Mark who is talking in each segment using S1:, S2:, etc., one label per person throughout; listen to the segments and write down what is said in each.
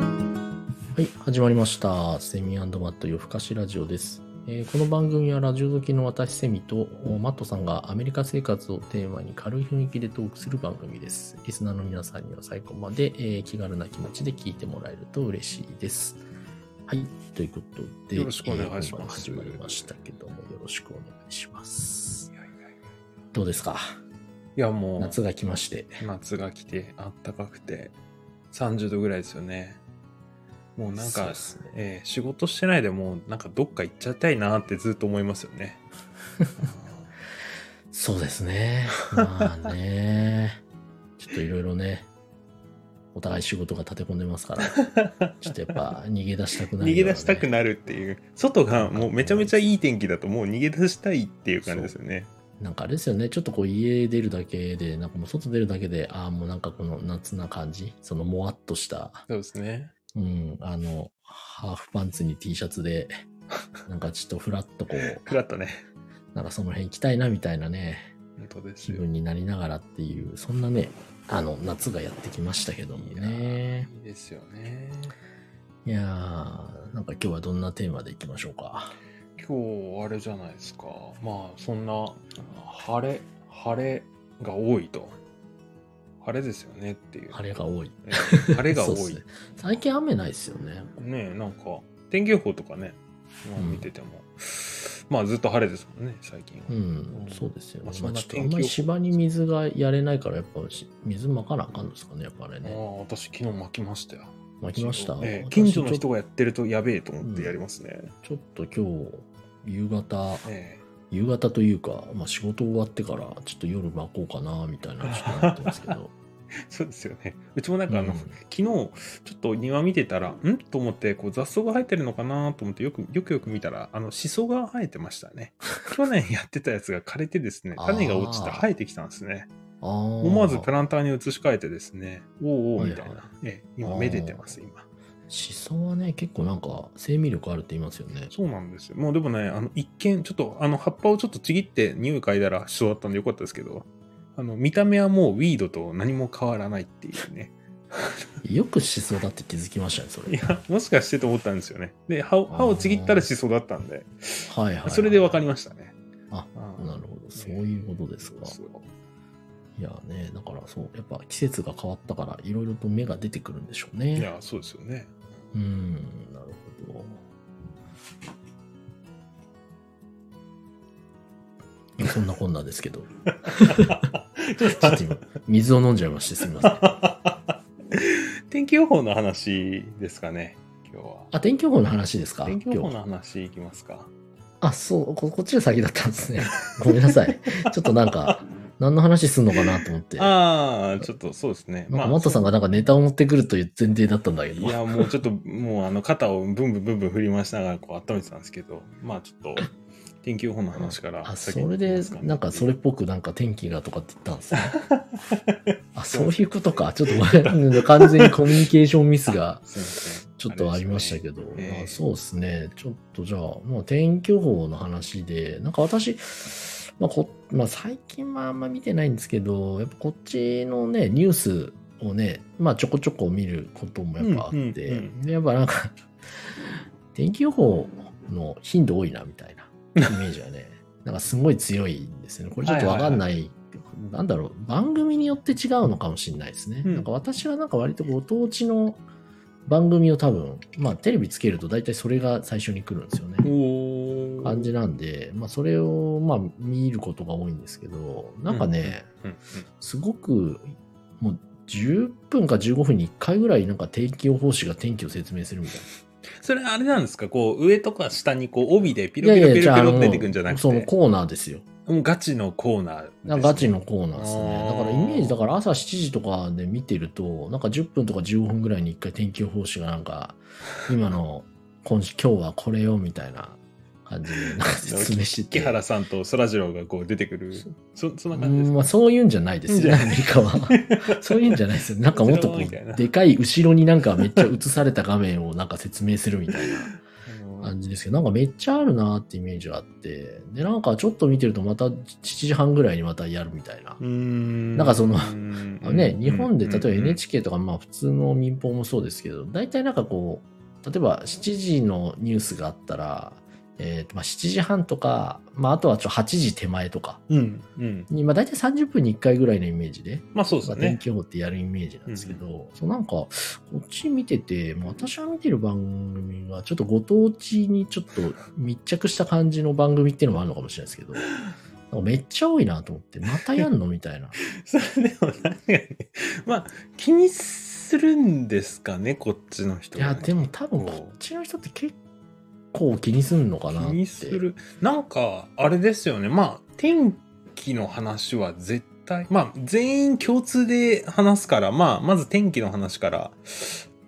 S1: はい、始まりました。セミマット夜更かしラジオです、えーこの番組はラジオ好きの私セミとおマットさんがアメリカ生活をテーマに軽い雰囲気でトークする番組です。リスナーの皆さんには最後まで、えー気軽な気持ちで聞いてもらえると嬉しいです。はい、ということで、
S2: よろしくお願いします
S1: えー今回始まりましたけども、よろしくお願いします。どうですか
S2: いやもう夏
S1: 夏が来まして。
S2: が来てあったかくて30度ぐらいですよねもうなん
S1: そう
S2: か
S1: で、すね
S2: えー仕事してないでもうなんかどっか行っちゃいたいなってずっと思いますよ ね
S1: そうです ね。まあね。ちょっといろいろね、お互い仕事が立て込んでますから、ちょっとやっぱ逃げ出したくな
S2: 逃
S1: るようなね、
S2: げ出したくなるっていう外がもうめちゃめちゃいい天気だともう逃げ出したいっていう感じですよね
S1: なんかあれですよね、ちょっとこう家出るだけで、なんかもう外出るだけで、ああ、もうなんかこの夏な感じ、そのもわっとした、
S2: そうですね
S1: うん、あの、ハーフパンツに T シャツで、なんかちょっとフラッとこう、
S2: フラッとね
S1: なんかその辺行きたいなみたいなね、
S2: 本当です
S1: 気
S2: よい
S1: 分になりながらっていう、そんなね、あの、夏がやってきましたけども
S2: やー
S1: ね。
S2: いいですよね
S1: いやー、なんか今日はどんなテーマでいきましょうか。
S2: 今日あれじゃないですかまあそんな晴れ晴れが多いと晴れですよねっていう
S1: 晴れ が多い。
S2: えー晴れが多
S1: そうっす
S2: いね
S1: ね最近雨ないですよね。
S2: えなんか天気予報とかね、まあ、
S1: うん
S2: 見てても、まあずっと晴れですもんね最近は、
S1: うん
S2: う、ん
S1: そうですよね
S2: まあ。そ
S1: まあ、
S2: んな
S1: ちょっとあ
S2: 天
S1: んま
S2: 気予報
S1: り芝に水がやれないから、やっぱし水まかなあかんですかね、やっぱあれ
S2: あ
S1: ね。
S2: あ私昨日巻きましたよ
S1: 巻きました。
S2: ええ
S1: 私
S2: 近所の
S1: ち
S2: 人
S1: ょ
S2: がやってるとやべえと思ってやりますね、
S1: ちょっと今日、夕方、
S2: え
S1: 夕方というか、まあ仕事終わってから、ちょっと夜巻こうかな、みたいな、ちょっとなってますけど。
S2: えそうですよねうちもなん かあの、
S1: うん
S2: 昨日ちょっと庭見てたらんと思ってこう雑草が生えてるのかなと思ってよくよくよく見たらあのシソが生えてまし たね去年やってたやつが枯れてですね種が落ちて
S1: あー
S2: 生えてきたんですね
S1: ああ。思
S2: 思わずプランターに移し替えてですね、おうおうみたい
S1: は
S2: な、
S1: いはい
S2: ええ今、めでてます、今。
S1: シソはね、結構なんか生命力あるって言いますよね。
S2: そうなんですよ。もうでもね、あの一見、ちょっとあの葉っぱをちょっとちぎって匂い嗅いだらそうだったんでよかったですけど、あの見た目はもうウィードと何も変わらないっていうね。
S1: よくシソだって気づきましたね、そ
S2: い
S1: れ。
S2: や、もしかしてと思ったんですよね。で、歯を
S1: あー
S2: 歯をちぎったらしそうだったんで、
S1: はいはい、はい。
S2: それで分かりましたね。
S1: あ
S2: ー
S1: なるほど、そういうことですか。
S2: そうそう
S1: いやね、だからそう、やっぱ季節が変わったから、いろいろと芽が出てくるんでしょう
S2: い
S1: ね。
S2: や、そうですよね。
S1: うん、なるほど。いやそんなこんなですけ ど、
S2: ちょっ
S1: ちょっと今、水を飲んじゃいまして、すみません。
S2: 天気予報の話ですかね、今日は。
S1: あ、天気予報の話ですか
S2: 天気予報
S1: 今日
S2: の話いきますか。
S1: あ、そうこ、こっちが先だったんですね。ごめんなさい。ちょっとなんか、何の話すんのかなと思って。なん
S2: ああ、ちょっとそうですね。
S1: か、マットさんがなんかネタを持ってくるという前提だったんだけ
S2: い
S1: ど。
S2: や、もうちょっと、もうあの、肩をブンブンブンブン振り回しながら、こう、温めてたんですけど、まあちょっと、天気予報の話から、
S1: あそれでなんかそれっぽくなんか天気がとかって言ったんです ねあそういうことかちょっとごめん完全にコミュニケーションミス がちょっとありました
S2: ど。
S1: けど
S2: ええ
S1: あそうですねちょっとじゃあもう天気予報の話でなんか私、まあこまあ、最近はあんま見てないんですけどやっぱこっちのねニュースをねまあちょこちょこ見ることもやっぱあって、
S2: うんうんうん
S1: でやっぱなんか 天気予報の頻度多いなみたい なイメージはねなんかすごい強いんですよねこれちょっとわかんない,、なんだろう番組によって違うのかもしれないですね、
S2: うん
S1: なんか私はなんか割とご当地の番組を多分まあテレビつけると大体それが最初に来るんですよね、
S2: おー
S1: 感じなんで、まあ、それをまあ見ることが多いんですけどなんかね、
S2: うんうん
S1: すごくもう10分か15分に1回ぐらいなんか天気予報士が天気を説明するみたいな。
S2: それあれなんですかこう、上とか下に、こう、帯でピロピロピロピロって出てくんじゃなくて、
S1: その
S2: も
S1: コーナーですよ。
S2: うガチのコーナーですね、
S1: ガチのコーナーですね。
S2: あー
S1: だからイメージ、だから朝7時とかで見てると、なんか10分とか15分ぐらいに1回天気予報士がなん か、今の、今週、今日はこれよみたいな感じでなんか説明してて。
S2: 木原さんとそらジローがこう出てくる、そそんな
S1: う
S2: 感じで
S1: ん
S2: すか、
S1: まあ、そういうんじゃないですよね、
S2: い
S1: アメリカ は。そういうんじゃないですよね。なんかもっとこ
S2: 後ろみたいな
S1: う、でかい後ろになんかめっちゃ映された画面をなんか説明するみたいな
S2: あの
S1: 感じですけど、なんかめっちゃあるなってイメージがあって、で、なんかちょっと見てるとまた7時半ぐらいにまたやるみたいな。
S2: うーん
S1: なんかその
S2: うん
S1: ね、日本で例えば
S2: うん
S1: NHK とかまあ普通の民放もそうですけど、大体なんかこう、例えば7時のニュースがあったら、えーとまあ、7時半とか、まあ、あとはちょ8時手前とか
S2: うん。うん。
S1: に、まあ、大体30分に1回ぐらいのイメージで、
S2: まあそうです
S1: まあ
S2: よ
S1: 天
S2: ね。
S1: 気予報ってやるイメージなんですけど、そうなんかこっち見ててもう私が見てる番組はちょっとご当地にちょっと密着した感じの番組っていうのもあるのかもしれないですけどなんかめっちゃ多いなと思ってまたやんのみたいな
S2: それでもなんかね、まあ気にするんですかね、こっちの人
S1: い
S2: はね、
S1: やでも多分こっちの人って結構気にすんのか
S2: 気
S1: なって
S2: にする。なんか、あれですよね。まあ、天気の話は絶対、まあ、全員共通で話すから、まあ、まず天気の話から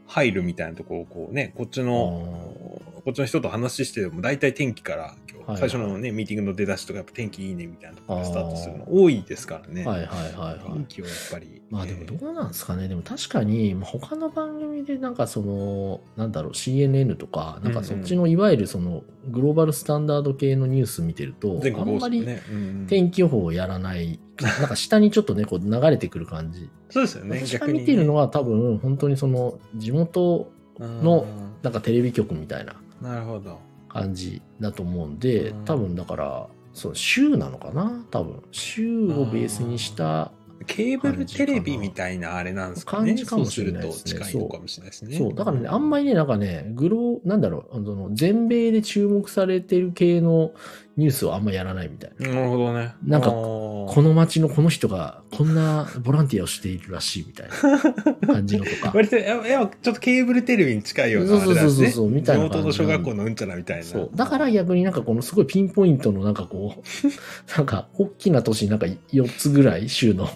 S2: 入るみたいなとこを、こうね、こっち
S1: あ
S2: の、
S1: ー
S2: こっちの人と話しても、大体天気から、
S1: は
S2: 今
S1: い
S2: 日最初のね、ミーティングの出だしとか、やっぱ天気いいねみたいなところでスタートする
S1: あ
S2: の多いですからね。
S1: はいはいはいはい
S2: 天気はやっぱり。
S1: まあでも
S2: えー
S1: どうなんですかね、でも確かに、まあ他の番組でなんかその、なんだろう、CNN とか、なんかそっちのいわゆるそのグローバルスタンダード系のニュース見てると、
S2: 全
S1: あ
S2: 国
S1: んま
S2: 放送
S1: り
S2: ね。うんうん
S1: 天気予報をやら ない、なんか下にちょっとね、こう流れてくる感じ。
S2: そうですよね。
S1: 私が見てるのは多分、本当にその地元、の
S2: の、
S1: なんかテレビ局みたいな
S2: なるほど。
S1: 感じだと思うんで
S2: うん、
S1: 多分だから、そう週なのかな多分。週をベースにした
S2: ケーブルテレビみたいなあれなんですかね。
S1: 感じかもしれないで
S2: そ
S1: す
S2: うす
S1: ね
S2: ると近いのかもしれないですね。
S1: そう、だからね、あんまりね、なんかね、グロー、なんだろう、あの、全米で注目されてる系のニュースをあんまやらないみたいな。
S2: り。なるほどね。
S1: なんか
S2: こ
S1: この街のこの人がこんなボランティアをしているらしいみたいな感じのとか。
S2: 割と、いや、いやちょっとケーブルテレビに近いようなあれなんです
S1: そうそうそう
S2: ね。
S1: そうみたいな
S2: 地元
S1: 感
S2: の
S1: じな
S2: 小
S1: ん
S2: 学校のうんちゃらみたいな。
S1: そう。だから逆になんかこのすごいピンポイントのなんかこう、 なんか大きな都市になんか4つぐらい州 の。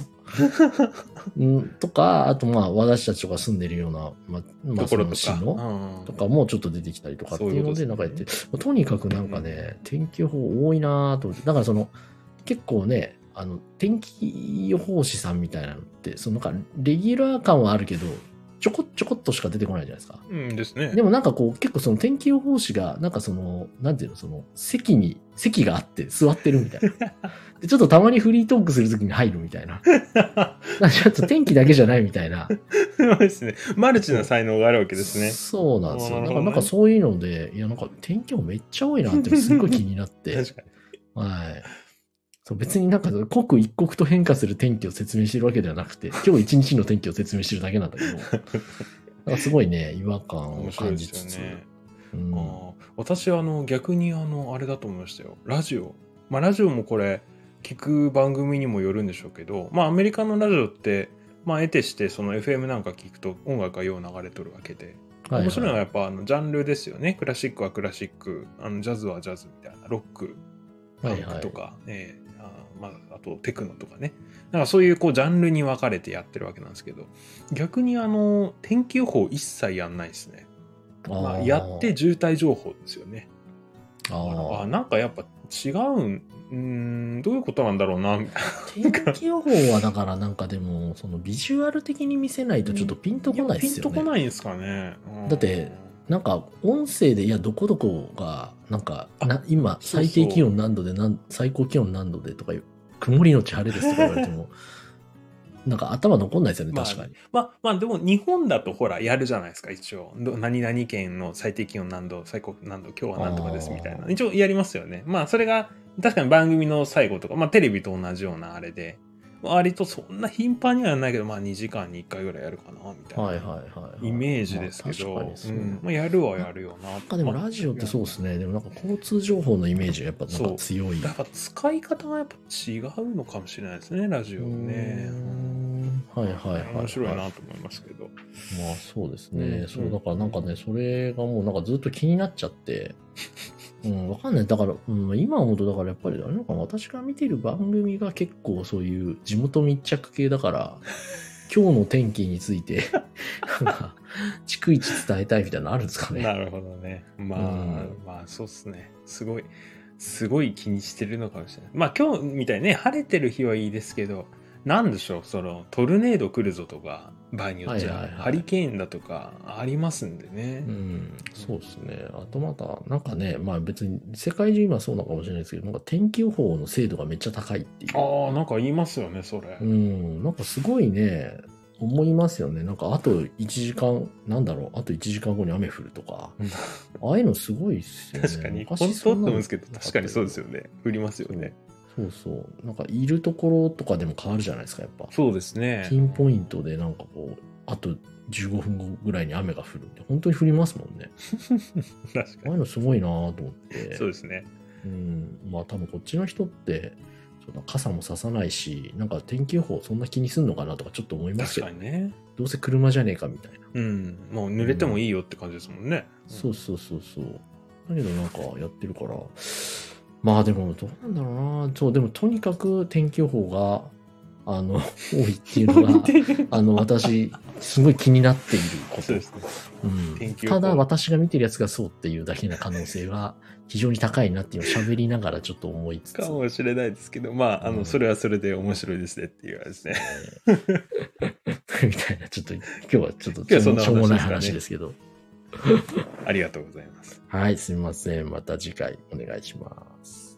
S1: うんとか、あとまあ私たちとか住んでるような、まあ、まあ
S2: とこ
S1: そ
S2: ろ
S1: の
S2: と
S1: 市
S2: か。
S1: の
S2: うん
S1: とかもちょっと出てきたりとかっていうので、
S2: そうい
S1: な
S2: うんこ
S1: かや
S2: と
S1: っ
S2: で
S1: て
S2: すね、
S1: とにかくなんかね、天気予報多いなぁと思って、だからその、結構ね、あの、天気予報士さんみたいなのって、そのなんか、レギュラー感はあるけど、ちょこちょこっとしか出てこないじゃないですか。
S2: うんですね。
S1: でもなんかこう、結構その天気予報士が、なんかその、なんていうの、その、席に、席があって座ってるみたい な。で、ちょっとたまにフリートークするときに入るみたいな。なんかちょっと天気だけじゃないみたい な。
S2: そうですね。マルチな才能があるわけですね。
S1: そうなんですよ。
S2: あー
S1: だ
S2: な
S1: から
S2: るほどね
S1: なんかそういうので、いやなんか天気もめっちゃ多いなってすっごい気になって、
S2: 確かに。
S1: はい。そう別になんか刻一刻と変化する天気を説明してるわけではなく て、今日一日の天気を説明してるだけなんだけど、なんかすごいね、違和感を
S2: 面白い
S1: 感
S2: で
S1: じつ
S2: す
S1: つ、
S2: よね。
S1: うん
S2: あー私はあの逆にあのあれだと思いましたよラジオまあラジオもこれ聞く番組にもよるんでしょうけどまあアメリカのラジオってまあ得てしてその FM なんか聞くと音楽がよう流れとるわけで
S1: は
S2: 面白い
S1: は
S2: のはやっぱあのジャンルですよねクラシックはクラシックあのジャズはジャズみたいなロックフ
S1: はい
S2: ァン
S1: は
S2: ク
S1: い
S2: とか、えーあーまあ、あとテクノとかねなんかそういうこうジャンルに分かれてやってるわけなんですけど逆にあの天気予報一切やんないですね、まあ、やって、渋滞情報ですよね
S1: あ
S2: あ
S1: ー
S2: なんかやっぱ違うんうーんどういうことなんだろうなみたい
S1: 天気予報はだからなんかでも、そのビジュアル的に見せないとちょっとピンとこ
S2: な
S1: ないですよね。
S2: ピンとこないんですかね、うん
S1: だってなんか音声で、いや、どこどこが、なんか、な今、
S2: そ
S1: 最
S2: うそう
S1: 低気温何度でなん、最高気温何度でとかいう、曇りのち晴れですとか言われて も、なんか頭残んないですよね、
S2: まあ
S1: 確かに。
S2: まあまあでも日本だとほらやるじゃないですか一応ど何々県の最低気温何度最高何度今日は何とかですみたい
S1: あ
S2: な
S1: ー
S2: 一応やりますよねまあそれが確かに番組の最後とかまあテレビと同じようなあれで割とそんな頻繁にはやらないけどまあ2時間に1回ぐらいやるかなみたいな、
S1: はいはいはいはい。
S2: イメージですけど、
S1: まあ確かにそうう。
S2: んまあ、やるはやるよなな
S1: なんかでもラジオってそうですね、でもなんか交通情報のイメージがやっぱなんか強い。
S2: やっぱ使い方がやっぱ違うのかもしれないですね、ラジオね
S1: う。んはいはいはいはい。
S2: 面白いなと思いますけど。
S1: まあそうですね、
S2: うん
S1: そうだからなんかねそれがもうなんかずっと気になっちゃって うんわかんないだから、うん、今思うとだからやっぱりあれなのかな私が見てる番組が結構そういう地元密着系だ から今日の天気についてなんか逐一伝えたいみたいなのあるんですか
S2: な
S1: ね
S2: るほどね。まあ、
S1: うん
S2: まあそうっすね。すごい、すごい気にしてるのかもしれない。まあ今日みたいにね、晴れてる日はいいですけど、なんでしょう、そのトルネード来るぞとか、場合によっちゃ、
S1: はいはいはい
S2: ハリケーンだとかありますんでね。
S1: うんそうですねあとまたなんかねまあ別に世界中今そうなのかもしれないですけどなんか天気予報の精度がめっちゃ高いっていう
S2: ああ、なんか言いますよね、それ。
S1: うん、なんかすごいね、思いますよね。なんか、あと1時間、なんだろう、あと1時間後に雨降るとか
S2: うん、
S1: ああいうのすごいっすよね。
S2: 確かに、本
S1: 昔
S2: 当と
S1: そ
S2: 思
S1: な
S2: うん
S1: の
S2: ですけど、確かにそうですよね。降りますよね。
S1: そうそう。なんか、いるところとかでも変わるじゃないですか、やっぱ。
S2: そうですね
S1: ピンポイントでなんかこう、あと15分後ぐらいに雨が降るって、本当に降りますもんね。ああ
S2: 確か
S1: いうのすごいなぁと思って。
S2: に。そうですね。
S1: うん、まあ多分こっちの人って、そうだ傘もささないし、なんか天気予報そんな気にすんのかなとかちょっと思います
S2: 確
S1: よ
S2: か。にね。
S1: どうせ車じゃねえかみたいな。
S2: うん。もう濡れてもいいよって感じですもんね。
S1: そうそうそうそう。だけどなんかやってるから、まあでもどうなんだろうな。そう、でもとにかく天気予報が、あの、多いって いうのが、あの、私、すごい気になっているこ
S2: そ
S1: と
S2: うで。すね。
S1: うん
S2: 天気予報
S1: ただ私が見てるやつがそうっていうだけの可能性が非常に高いなっていうのを喋りながらちょっと思いつつ。
S2: かもしれないですけど、まあ、あ
S1: う
S2: の、
S1: ん
S2: それはそれで面白いですねっていうあれですね。
S1: みたいな、ちょっと、今日はちょっと
S2: 今日はそんな
S1: しょうもない
S2: 話
S1: 話
S2: で
S1: ですけど。
S2: ありがとうございます。
S1: はい、すみません。また次回お願いします。